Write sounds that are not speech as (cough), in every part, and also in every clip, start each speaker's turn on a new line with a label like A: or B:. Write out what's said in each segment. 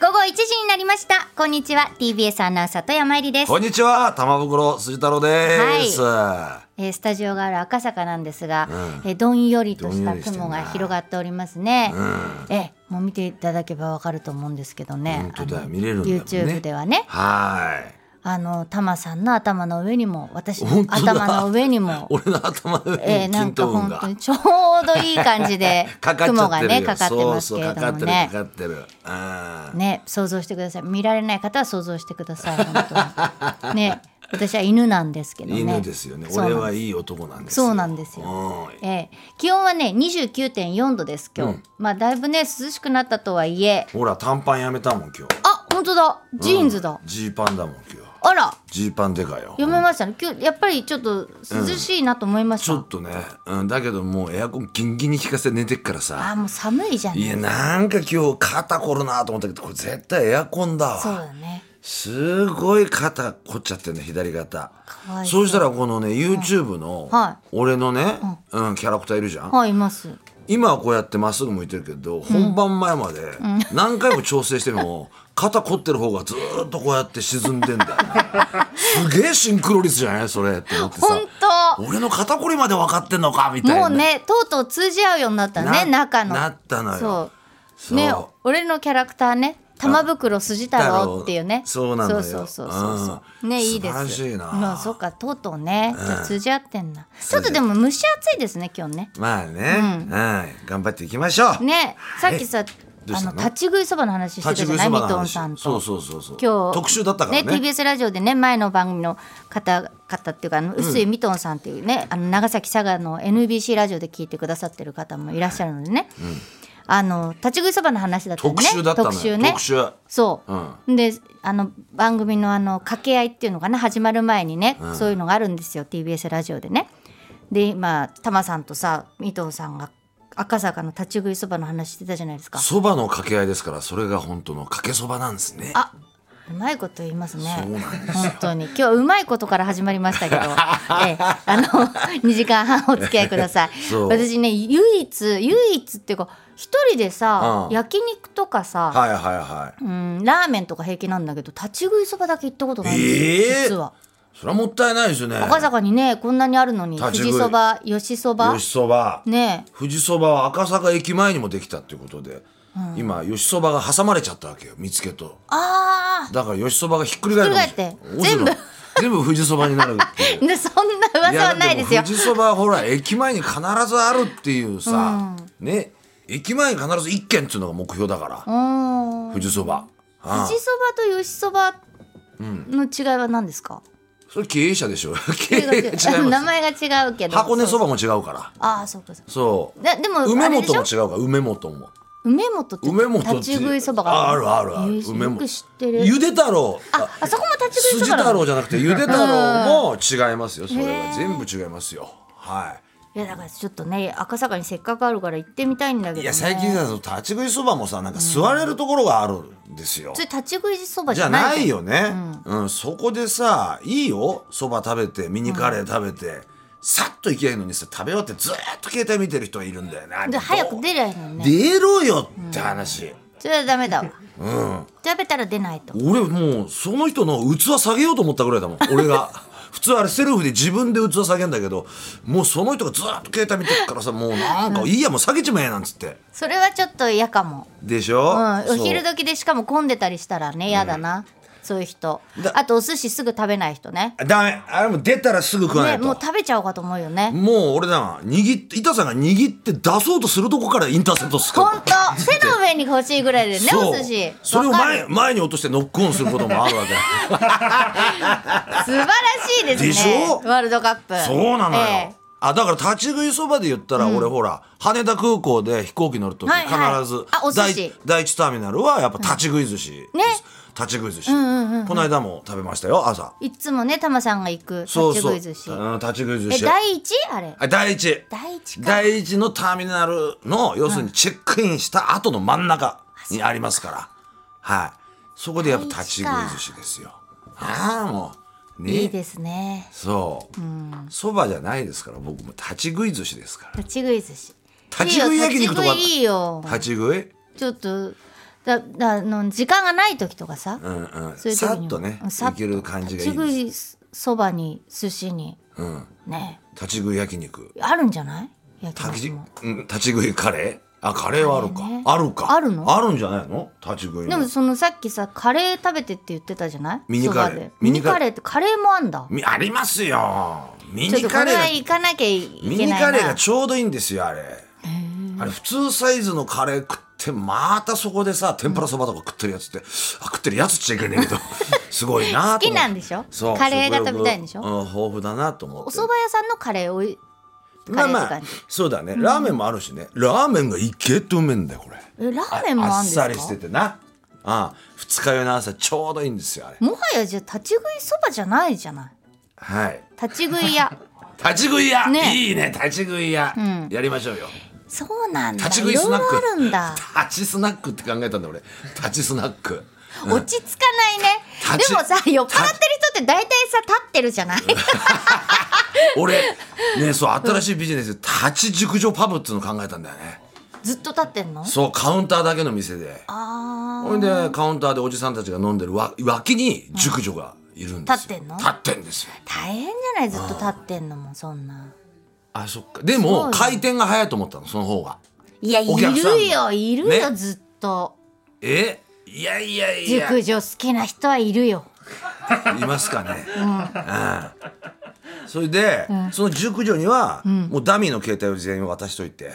A: 1時になりましたこんにちは TBS アナウンサー富山えりです
B: こんにちは玉袋筋太郎です、
A: えースタジオがある赤坂なんですが、
B: うん
A: えーどんよりとし
B: どんよ
A: た
B: りしてんな
A: 雲が広がっておりますね。
B: うん
A: えーもう見ていただけばわかると思うんですけどね。
B: 本当だ
A: あの
B: 見れるんだもんね
A: YouTube ではね、
B: はーい
A: あのタマさんの頭の上にも私の
B: 本当だ
A: 頭の上にも、
B: (laughs) 俺の頭の上
A: えー
B: に
A: なん
B: 金
A: か
B: と運
A: 本
B: が、
A: 当にちょうどいい感じで
B: (laughs) かかっちゃ
A: 雲
B: っ
A: が
B: てるよ
A: ねかかってますけれどもね。
B: そうそうかかってるかかってる、うん
A: ね想像してください見られない方は想像してください本当にね私は犬なんですけどね
B: 犬ですよね
A: そうなん
B: 俺
A: です
B: はいい男なんです
A: そうなんですよ
B: うん
A: ええ気温はね29.4度です今日、
B: うん
A: まあだいぶね涼しくなったとはいえ
B: ほら短パンやめたもん今日
A: あ本当だジーンズだ、
B: ジーパンだもん今日
A: あら
B: ジーパンでかよ
A: 読めましたね今日やっぱりちょっと涼しいなと思いまし
B: ち
A: た、
B: ょっとね、うん、だけどもうエアコンギンギンに効かせて寝てっから
A: あ
B: さ
A: もう寒いじゃん
B: いやなんか今日肩凝るなと思ったけどこれ絶対エアコンだわ
A: そうだね
B: すごい肩凝っちゃってんね左肩
A: かわい
B: そうした
A: ら
B: らこのね YouTube の
A: は
B: 俺のね、うん、キャラクターいるじゃん、
A: はいいます
B: 今はこうやってまっすぐ向いてるけど本番前まで何回も調整し
A: (laughs)
B: ても肩凝ってる方がずーっとこうやって沈んでんだよ、ね、すげえシンクロ率じゃないそれって思ってさ
A: 本当
B: 俺の肩こりまで分かってんのかみたいな
A: もうねとうとう通じ合うようになったね
B: な
A: 中の
B: なったのよ
A: そう
B: そう
A: ね俺のキャラクターね玉袋筋太郎っていうね
B: そうなのよ
A: そうそうそうそう
B: うん
A: ねいいです
B: 素晴らしいな
A: まあそっかとうとうね、じゃあ通じ合ってんなち
B: 通じ
A: ょ
B: 合う
A: っとでも蒸し暑いですね今日ね
B: まあね、うん、頑張っていきましょう、
A: ねさっきさ
B: どう
A: あ
B: したの
A: の立ち食いそばの話してた
B: 立
A: じ
B: ち食
A: ゃ
B: い
A: ないミ
B: そばの
A: トン
B: 話
A: さんと
B: そうそうそうそう
A: 今日
B: 特集だったからね
A: TBS ラジオでね前の番組の方方っていうかあの臼井ミトンさんっていうね、あの長崎佐賀の NBC ラジオで聞いてくださってる方もいらっしゃるのでね、あの立ち食いそばの話だったよね
B: 特集だったのよ
A: 特集ね
B: 特集
A: そう、
B: う
A: であの番組のあの掛け合いっていうのかな始まる前にね、そういうのがあるんですよ TBS ラジオでねで今タマさんとさ伊藤さんが赤坂の立ち食いそばの話してたじゃないですか
B: そばの掛け合いですからそれが本当のかけそばなんですね
A: あうまいこと言いますね
B: そうなんです
A: 本当に今日はうまいことから始まりました
B: (laughs)
A: けど、ええ、あの2時間半お付き合いください
B: そう
A: 私ね唯一唯一っていうか一人でさ、
B: うん
A: 焼肉とかさ、
B: はいはいはい
A: うん、ラーメンとか平気なんだけど立ち食いそばだけ行ったことないんですよ、
B: ええ
A: 実は
B: それはもったいないですよね
A: 赤坂にねこんなにあるのに
B: 立
A: 富
B: ち食い
A: 士そば吉そば
B: 吉そば
A: ねえ
B: 富士そばは赤坂駅前にもできたっていうことで、今吉そばが挟まれちゃったわけよ見つけと
A: あ
B: だから吉そばがひっくり返るかもしれない
A: ひっくり返って
B: 面白い全部富士そばになるっていう
A: ー (laughs) でそんな噂はないですよ
B: やも富士そばはほら駅前に必ずあるっていうさ、ね駅前に必ず一軒っていうのが目標だから、
A: うん
B: 富士そばああ
A: 富士そばと吉そばの違いは何ですか、
B: それ経営者で
A: (laughs)
B: しょ経営違います
A: 名前が違うけど
B: 箱根そ
A: ば
B: ばも違うから
A: ああそうかそうか
B: そう
A: ででも
B: 梅
A: あれで
B: 本
A: し
B: も違
A: ょ
B: うから梅本も
A: 梅本って
B: 梅本って
A: 立ち食いそばが
B: あるあるある
A: えー
B: 梅
A: よ
B: 本
A: く知ってる
B: ゆで太郎
A: ああそこも立ち食い
B: 筋
A: そばな
B: 太
A: の
B: 郎じゃなくてゆで太郎も違いますよそれ
A: へ
B: は
A: ー
B: 全部違いますよはい
A: やだからちょっとね赤坂にせっかくあるから行ってみたいんだけど、
B: い
A: ね、
B: いや最近さその立ち食いそばもさなんか座れるところがあるんですよ
A: それ立ち食いそばじ
B: じゃ
A: ゃない
B: ないよね、うんそこでさいいよそば食べてミニカレー食べて、さっと行きゃいいのにさ食べ終わってずーっと携帯見てる人がいるんだよねあれ
A: で
B: どう
A: 早く出りゃいいのにね
B: 出ろよって話、
A: それはダメだわ、食べたら出ないと
B: 俺もうその人の器下げようと思ったぐ
A: (laughs)
B: らいだもん俺が普通あれセルフで自分で器下げんだけどもうその人がずーっと携帯見てるからさもうなんかいいやもう下げちまえなんつって
A: それはちょっと嫌かも、
B: でしょ、
A: うん、お
B: そう
A: 昼時でしかも混んでたりしたらね嫌だな、そういう人
B: だ
A: あとお寿司すぐ食べない人ね
B: ダメあれも出たらすぐ食わな
A: ね
B: いと、
A: もう食べちゃおうかと思うよね
B: もう俺だな握って板さんが握って出そうとするとこからインターセプトする
A: ほんと手の上に欲しいぐらいでね
B: そう
A: お寿司
B: それを
A: わかる
B: 前前に落としてノックオンすることもあるわけ
A: (laughs) 素晴らしいですね
B: でしょ
A: ワールドカップ
B: そうなのよ、
A: ええ
B: あだから立ち食いそばで言ったら、俺ほら羽田空港で飛行機乗るとき
A: はい
B: 必ず、
A: はいあお寿司
B: 第第一ターミナルはやっぱ立ち食い寿司、
A: ね
B: 立ち食い寿司、この間も食べましたよ朝
A: いつもねタマさんが行く立ち
B: そうそう
A: 食い寿司
B: うん立ち食い寿
A: え
B: 司
A: 第一あれ
B: あ第一
A: 第一か
B: 第一のターミナルの要するにチェックインした後の真ん中にありますから、はいそこでやっぱ立ち食い寿司ですよああもうね
A: いいですね
B: そうそば、じゃないですから僕も立ち食い寿司ですから
A: 立ち食い寿司
B: 立ち食い焼肉とか
A: いいよ立ち食いいいよ
B: 立ち食い
A: ちょっとだだあの時間がない時とかさ、
B: うんうん
A: そういう時に
B: さっとね
A: うんさっ
B: いける感じがいい
A: 立
B: です、
A: ち食いそばに寿司に
B: うん、
A: ね
B: 立ち食い焼肉
A: あるんじゃない焼
B: 立
A: き
B: ち
A: 肉も
B: うん立ち食いカレーあカレーはある
A: カ
B: か、
A: レーね
B: あるか
A: あるの
B: あるんじゃないの立ち食い
A: で
B: の
A: もそのさっきさカレー食べてって言ってたじゃない
B: ミニカレー
A: そばで
B: ミ
A: ミ
B: ニ
A: ニカ
B: カレー
A: レーってカレーもあんだ
B: みありますよミ
A: ちょっ
B: ニ
A: とこ
B: カレ
A: れ
B: ーが
A: は行かなきゃいけな
B: ミ
A: いな
B: ニカレーがちょうどいいんですよあれあれ普通サイズのカレー食ってまたそこでさ天ぷらそばとか食ってるやつって、あ食ってるやつっちゃいけ
A: (laughs)
B: ねえけどすごい
A: 好
B: なと
A: き
B: 思って
A: なんでしょ
B: そう
A: カレーが食べたいんでしょ
B: 食欲うん、豊富だなと思って
A: お蕎麦屋さんのカレーおい
B: ま
A: カ
B: あ
A: レーっ
B: ま
A: て
B: あ
A: 感じ、
B: そうだね、ラーメンもあるしねラーメンがいけってうめえんだよこれ
A: えラーメンもあんです
B: あ
A: か
B: っさりしててなああ二日酔いの朝ちょうどいいんですよあれ
A: もはやじゃあ立ち食いそばじゃないじゃない
B: はい
A: 立ち食い
B: (laughs)
A: 屋
B: 立ち食い屋、
A: ね
B: いいね立ち食い屋、やりましょうよ
A: そうなんだ
B: 立ち食いスナック
A: ろいろあるんだ
B: 立ちスナックって考えたんだ俺立ちスナック
A: 落ち着かないね
B: 立ち
A: でもさ酔っ払ってる人って大体さ立ってるじゃない
B: 俺ねそう新しいビジネスで立ち熟女パブっていうの考えたんだよね
A: ずっと立ってんの
B: そうカウンターだけの店で
A: あ
B: ほんでカウンターでおじさんたちが飲んでるわ脇に熟女がいるんです
A: 立
B: よ
A: ってんの
B: 立ってんですよ
A: ー大変じゃないずっと立ってんのもそんな
B: あそっかで
A: そう
B: も
A: よ
B: 回転が早いと思ったのその方が
A: いやい
B: お客さん
A: るよいるよ、
B: ね
A: ずっと
B: えいやいやいや
A: 熟女好きな人はいるよ
B: いますかね。うんそれで、その熟女には、もうダミーの携帯を事前に渡しといて、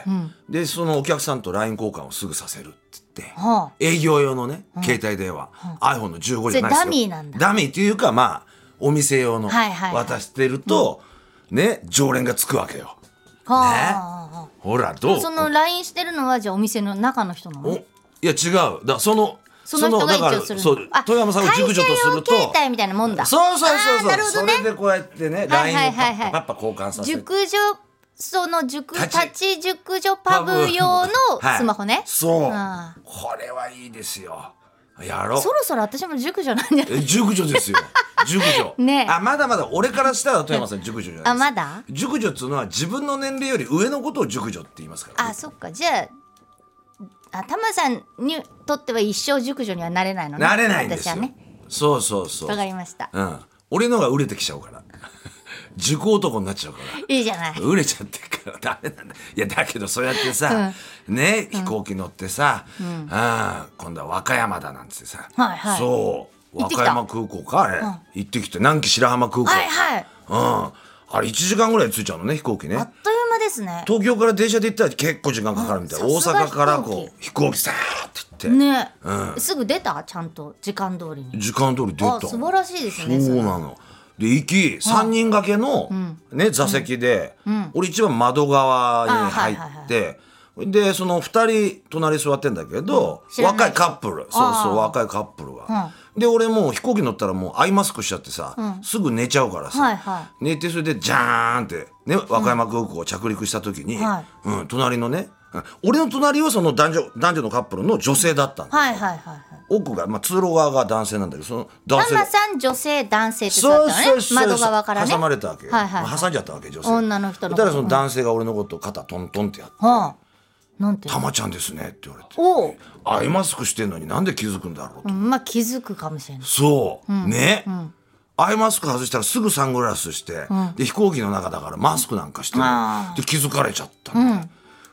B: でそのお客さんと LINE 交換をすぐさせるって言って、
A: はあ
B: 営業用のね、携帯電話、iPhone の15じゃないです
A: それ
B: よ
A: ダミーなんだ
B: ダミーっていうかまあお店用の
A: はいはいはい
B: 渡してると、ね常連がつくわけよ
A: はあ、
B: ほらどう
A: その LINE してるのはじゃあお店の中の人な
B: お
A: の
B: いや違うだその
A: その人が一応するの
B: そのだからそう
A: あ
B: 富山さんを熟女とすると
A: 会社用携帯みたいなもんだ
B: そうそうそう
A: あー
B: そう、
A: なるほ
B: そ
A: どね
B: れでこうやってね、
A: は
B: LINE
A: いはい
B: をパ
A: はい
B: ッ
A: は
B: パ
A: い
B: パッパ交換させて。
A: 熟女その熟
B: 立
A: 立
B: ち
A: ち熟女パブ用のスマホ
B: はい
A: ね、
B: そう
A: あ。
B: これはいいですよ。やろう
A: そ。ろそろ私も熟女なんじゃない
B: え熟女です
A: (laughs)
B: よ。熟女。
A: ねえ
B: あ、まだまだ俺からしたら富山さん熟女じゃないです。
A: あまだ
B: 熟女っつうのは自分の年齢より上のことを熟女って言いますから、
A: あ
B: ね。
A: そっかじゃああタマさんにとっては一生熟女にはなれないのね
B: なれないんです
A: 私は
B: よ。
A: ね
B: そうそうそう。
A: わかりました
B: うん。俺のが売れてきちゃうから。熟男になっちゃうから。
A: いいじゃない
B: 売れちゃってるから (laughs) ダメなんだいやだけどそうやってさ、ね飛行機乗ってさ、ああ今度は和歌山だなんつってさ、
A: はいはい
B: そう
A: 行
B: 和
A: ってき
B: 歌
A: た
B: 山空港かあれ、行ってきて南紀白浜空港、
A: はいはい
B: うんあれ1時間ぐらい着いちゃうのね飛行機
A: あ
B: ね
A: っという間ですね
B: 東京から電車で行ったら結構時間かかるみたいな、
A: うん
B: 大
A: さすが
B: 阪からこう飛行機さーって行って、
A: ね、
B: う
A: すぐ出たちゃんと時間通りに
B: 時間通り出た
A: あ素晴らしいですね
B: そうなので行き3人掛けの、ね、座席で、俺一番窓側に入って、
A: あはい
B: でその2人隣座ってんだけど、
A: 知らない
B: 若いカップルそう
A: あ
B: そ
A: ー
B: う若いカップルが、で俺もう飛行機乗ったらもうアイマスクしちゃってさ、すぐ寝ちゃうからさ、
A: はいは
B: 寝てそれでジャーンって、ね、和歌山空港着陸した時に、うん
A: は
B: 隣のねうん俺の隣はその男女男女のカップルの女性だったんだ、
A: はいはいはいはい
B: 奥が、まあ、通路側が男性なんだけどその男
A: マ
B: 性が
A: マさん女性男性って
B: そう
A: っ
B: そうそう
A: 窓側からね
B: 挟まれたわけよ、
A: はいはいはい
B: 挟んじゃったわけ女性
A: 女の人の
B: だからその男性が俺のことを肩トントンってやって
A: はあなん
B: 「
A: て
B: たまちゃんですね」って言われて
A: おう
B: 「アイマスクしてんのになんで気づくんだろう」と、
A: うんまあ気づくかもしれない
B: そう、ね、アイマスク外したらすぐサングラスして、で飛行機の中だからマスクなんかしてる
A: あ
B: で気づかれちゃったんだよ、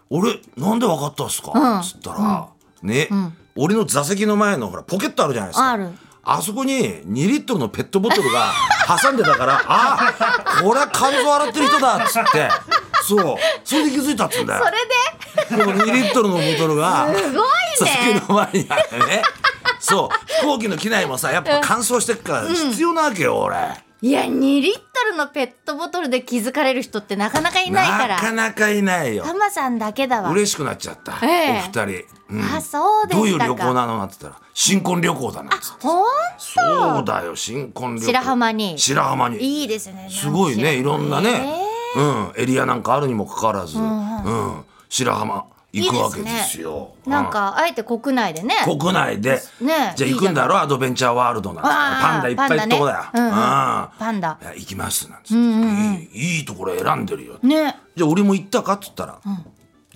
B: 俺なんでわかったんすか?」っつったら、ね、俺の座席の前のほらポケットあるじゃないですか
A: ある
B: あそこに2リットルのペットボトルが挟んでたから、 (laughs) あこれは肝臓洗ってる人だっつって、そう、それで気づいたっつうんだよ。それで2リットルのボトルが、
A: すごい
B: 座席
A: ね
B: の前にあってね。そう、飛行機の機内もさ、やっぱ乾燥してっから必要なわけよ、俺。
A: いや2リットルのペットボトルで気づかれる人ってなかなかいないか
B: なからなかいないよ
A: タ。マさんだけだわ
B: 嬉しくなっちゃった、
A: ええ
B: お二人。うん
A: あそうで
B: どういう
A: したか
B: 旅行なのなんて言ったら、新婚旅行だなっつって。
A: ほん
B: そうだよ、新婚旅行。
A: 白浜に
B: 白浜に。
A: いいですね
B: すごいねいろんなね、
A: え
B: うん、エリアなんかあるにもかかわらず、うん白浜行くわけですよ。
A: ーなん
B: うん
A: かあえて国内でね
B: 国内で、
A: ね
B: じゃあ行くんだろアドベンチャーワールドなんてパンダいっぱい行っとこだよ。
A: パンダねうんうん
B: うん
A: パンダ
B: いや行きますなんつって、いいいいところ選んでるよ、
A: ね
B: じゃあ俺も行ったかっつったら、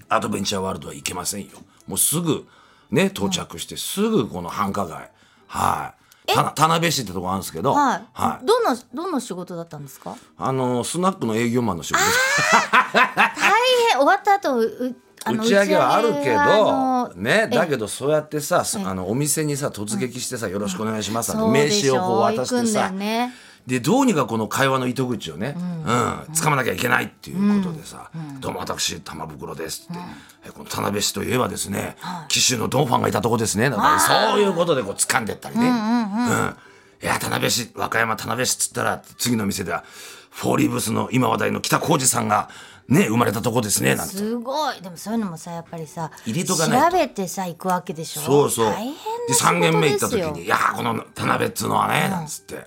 B: アドベンチャーワールドは行けませんよもうすぐね、到着してすぐこの繁華街。はい。た田辺市ってとこあるんですけど、
A: はい、
B: はい。
A: どのどの仕事だったんですか
B: あの、スナックの営業マンの仕事です。
A: 大変終わった後うあ
B: 打
A: の
B: ち上げはある
A: 打ち
B: け
A: 上げはあ
B: ど、
A: の
B: ね、だけ
A: え
B: どそうやってさ、あのお店にさ突撃してさ「よろしくお願いします」
A: そう
B: 名
A: でし
B: 刺
A: ょ
B: をこう渡し
A: 行
B: て
A: くんだよ
B: さ
A: ね
B: でどうにかこの会話の糸口をね、うん掴まなきゃいけないっていうことでさ「どうも私玉袋です」って、えこの田辺市といえばですね、紀州のドンファンがいたとこですね」なんかねそういうことでこう掴んでったりね。うんいや田辺市和歌山田辺市っつったら次の店ではフォーリーブスの今話題の北浩二さんがね生まれたとこですねなんて
A: すごいでもそういうのもさやっぱりさ
B: 入れとかない
A: 調
B: と
A: べてさ行くわけでしょ
B: そうそう。
A: 大変な
B: で
A: 仕事
B: 3軒目行った
A: です
B: 時
A: よ
B: に「いやーこの田辺っつうのはね」なんつって、うん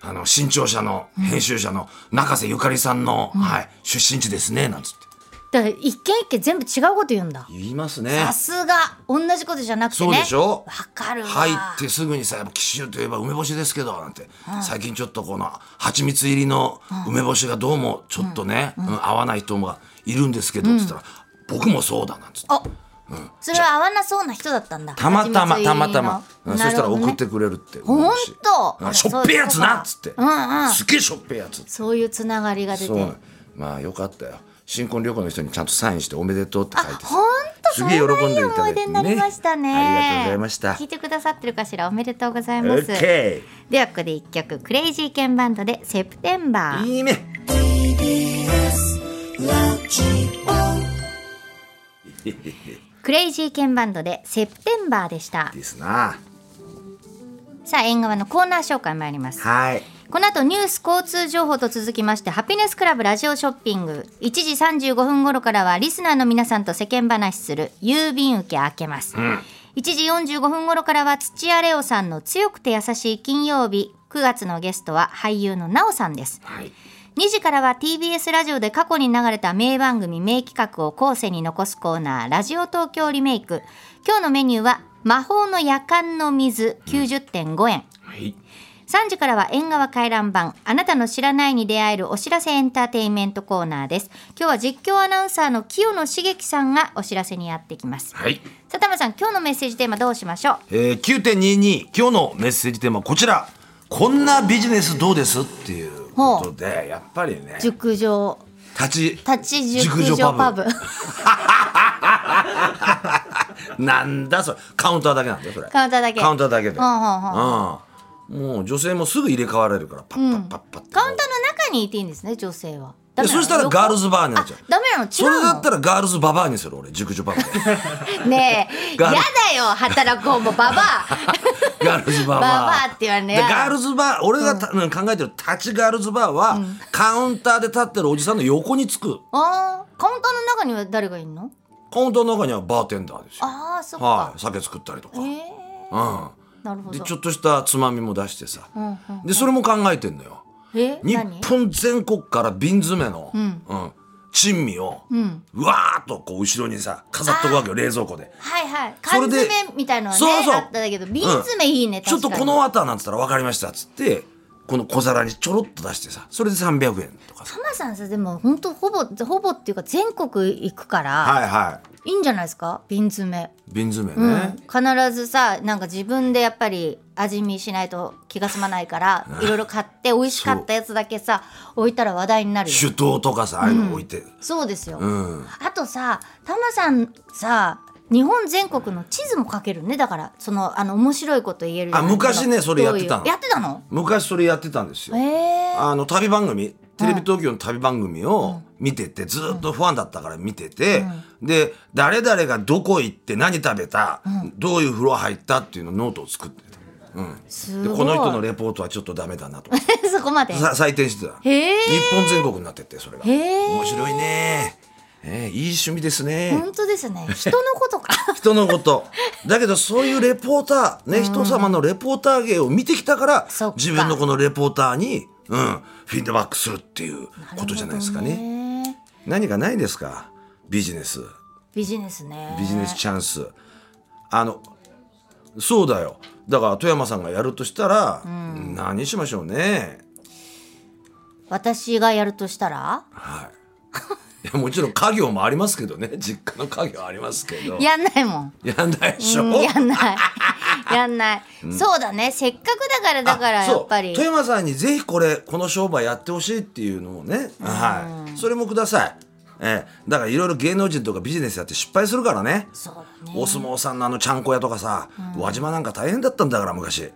B: あの新潮社の編集者の中瀬ゆかりさんの、はい、出身地ですねなんつって
A: だから一軒一軒全部違うこと言うんだ
B: 言いますね
A: さすが同じことじゃなくてね
B: そうでしょ
A: わかるわ
B: 入ってすぐにさやっぱ紀州といえば梅干しですけどなんて、最近ちょっとこの蜂蜜入りの梅干しがどうもちょっとね、うん合わない人がいるんですけど、っつったら「僕もそうだ」なんつって。
A: あ、それは合わなそうな人だったんだ
B: たまたまたまたま、
A: なるほど
B: そ
A: ね
B: したら送ってくれるって
A: ほんと
B: あしょっぺえやつなっつって、
A: うんうん
B: すげえしょっぺえやつ
A: そういうつながりが出て
B: そうまあよかったよ新婚旅行の人にちゃんとサインしておめでとうって書いてさ
A: 本当
B: す
A: そん
B: げ
A: な
B: え
A: い
B: 喜
A: い
B: んでいた
A: 思
B: だい
A: い
B: て
A: 出になりましたね
B: ありがとうございました
A: 聞いてくださってるかしらおめでとうございます
B: OK
A: ではここで一曲クレイジーケンバンドでセプテンバー
B: いいね
A: クレイジーケンバンドでセプテンバーでした
B: ですな
A: さあ縁側のコーナー紹介参ります
B: はい
A: この後ニュース交通情報と続きましてハピネスクラブラジオショッピング1時35分頃からはリスナーの皆さんと世間話する郵便受け開けます、1時45分頃からは土屋レオさんの強くて優しい金曜日9月のゲストは俳優の奈緒さんです
B: はい
A: 2時からは TBS ラジオで過去に流れた名番組名企画を後世に残すコーナー「ラジオ東京リメイク」今日のメニューは「魔法の夜間の水」90.5円、
B: はい
A: 3時からは縁側回覧版あなたの知らないに出会えるお知らせエンターテインメントコーナーです今日は実況アナウンサーの清野茂樹さんがお知らせにやってきます
B: はい
A: さたまさん今日のメッセージテーマどうしましょう
B: えー、9.22今日のメッセージテーマはこちらこんなビジネスどうですっていうことでやっぱりね
A: 熟女
B: 立ち
A: 立ち熟女パブ
B: なんだそれカウンターだけなんだよそれ
A: カウンターだけ
B: カウンターだけで、
A: うんうんうん
B: うんもう女性もすぐ入れ替われるからパッパッパッパッって、
A: カウンターの中にいていいんですね女性はダ
B: い
A: メ
B: や
A: なの
B: そしたらガールズバーになっちゃう
A: あダメなの違うの
B: それだったらガールズババアにする俺熟
A: (laughs)
B: 女ババ
A: ね
B: (laughs)
A: え
B: ガ
A: や
B: ー
A: だ
B: ル
A: よ働こうもババ
B: (laughs) アガールズババア
A: ババアって言われるの
B: で
A: やだ
B: ガールズバー俺がた、うん考えてる立ちガールズバーは、カウンターで立ってるおじさんの横につく
A: アあーカウンターの中には誰がいるの
B: カウンターの中にはバーテンダーですよ
A: ああそっか、
B: はい酒作ったりとか、
A: えなる
B: う
A: ほ
B: ん
A: ど
B: でちょっとしたつまみも出してさ、
A: うんうん
B: でそれも考えてんのよ
A: え
B: 日
A: 何
B: 本全国から瓶詰めの、うん珍味を、うわーっとこう後ろにさ飾っとくわけよ冷蔵庫で。
A: はいはい
B: そ
A: 缶
B: れで
A: 詰みたいのはね
B: そうそう
A: あったんだけど瓶詰いいね、
B: ちょっ
A: 確か
B: と
A: に
B: この綿なんつったら分かりましたっつってこの小皿にちょろっと出してさそれで300円とかさ
A: タマさんさでも本当ほぼほぼっていうか全国行くから、、
B: はいはい
A: いんじゃないですか瓶詰め、
B: い瓶詰め
A: うん
B: ね、
A: 必ずさなんか自分でやっぱり味見しないと気が済まないからいろいろ買って美味しかったやつだけさ置いたら話題になるよ
B: 手刀とかさああいうの置いて、
A: そうですよ、
B: うん
A: あとさタマさんさ日本全国の地図も書けるねだからそのあの面白いこと言えるじゃない
B: あ昔ねそれやってたの
A: どういうやってたの
B: 昔それやってたんですよ、
A: ええ
B: あの旅番組テレビ東京の旅番組を見てて、ずっとファンだったから見てて、で誰々がどこ行って何食べた、どういう風呂入ったっていうのをノートを作ってた、
A: す
B: で
A: ごい
B: この人のレポートはちょっとダメだなとか
A: (laughs) そこまで
B: さ採点してた日
A: へえ
B: 本全国になってってそれが
A: へえ
B: 面白いねええいい趣味ですね
A: 本当ですね人のことか
B: 人のことだけどそういうレポーターね人様のレポーター芸を見てきたから
A: そっか
B: 自分のこのレポーターに、うん、フィードバックするっていう (laughs) ことじゃないですかね
A: ね
B: 何かないですかビジネス
A: (laughs) ビジネスね
B: ビジネスチャンス、あのそうだよだから富山さんがやるとしたら、何しましょうね
A: 私がやるとしたら
B: はいいやもちろん家業もありますけどね (laughs) 実家の家業ありますけど
A: やんないもん
B: やんないでしょ、
A: うんやん
B: (laughs)
A: ないやんない、そうだねせっかくだからだから
B: あそう
A: やっぱり
B: 富山さんにぜひこれこの商売やってほしいっていうのをね、はいそれもくださいええ、だからいろいろ芸能人とかビジネスやって失敗するからね
A: そうだね
B: お相撲さんのあのちゃんこ屋とかさ、輪島なんか大変だったんだから昔、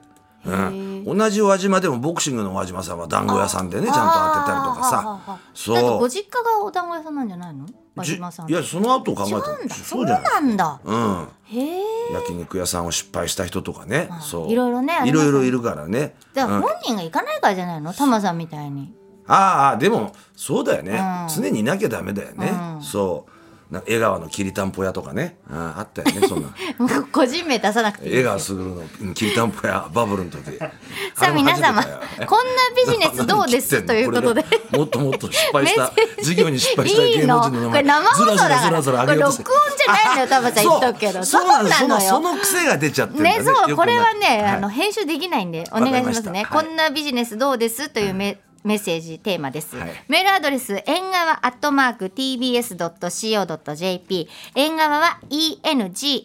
B: うん、同じ輪島でもボクシングの輪島さんは団子屋さんでねちゃんと当てたりと
A: あーは
B: か
A: あは
B: さ
A: あだって
B: そ
A: ご
B: う
A: 実家がお団子屋さんなんじゃないの和
B: じ
A: 島さん
B: いやその後考え
A: 違
B: た
A: うんだそう
B: じゃない
A: なんだ
B: うん
A: へえ
B: 焼肉屋さんを失敗した人とかね、そう
A: いろいろねあり
B: い
A: ます
B: ろ
A: ね
B: いろいるからね
A: だから本人が行かないからじゃないのタマさんみたいに (laughs)
B: ああでもそうだよ
A: う
B: ね、
A: ん
B: 常にいなきゃダメだよね、そうな江川のきりたんぽ屋とかねあああったよ
A: (laughs)
B: ねそんな
A: もう個人名出さなくていい
B: 江川卓のうんきりたんぽ屋バブルの時
A: (laughs) さあ皆様
B: あれも初めてだよ
A: (laughs) こんなビジネスどうです
B: (laughs)
A: ということで
B: これもっともっと失敗した
A: メッセージ
B: 事業に失敗した芸能人の名
A: いい
B: 前
A: のこれ生放送だから
B: ずらずらずらずら上げようとして
A: これ録音じゃないのよタマちゃん言っとくけど
B: あそうそうなんです
A: そうなのよ
B: そのその癖が出ちゃってるんだ
A: ね、
B: ね
A: そう、
B: 良く
A: こ
B: ない
A: れはね、
B: い
A: あの編集できないんで、お
B: かり
A: 願
B: ました
A: いしますね。
B: はい
A: こんなビジネスどうですというメ、メッセージテーマです、
B: はい
A: メールアドレス縁側アットマーク tbs.co.jp 縁側は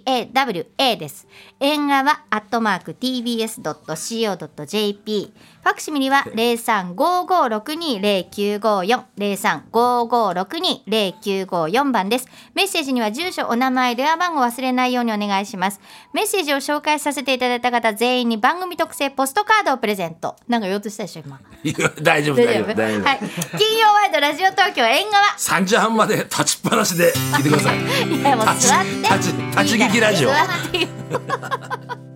A: engawa です縁側アットマーク tbs.co.jp ファクシミリは0355620954 0355620954番ですメッセージには住所お名前電話番号忘れないようにお願いしますメッセージを紹介させていただいた方全員に番組特製ポストカードをプレゼントなんか言おうとしたでしょ今
B: いや (laughs) 大丈夫大丈夫大丈夫、
A: はい、金曜ワイドラジオ東京縁側
B: 3時半まで立ちっぱな (laughs) しで聞いてくださ
A: (laughs)
B: い
A: いやもう座って
B: 立ち立ち立ち聞きラジオ
A: 立ち座って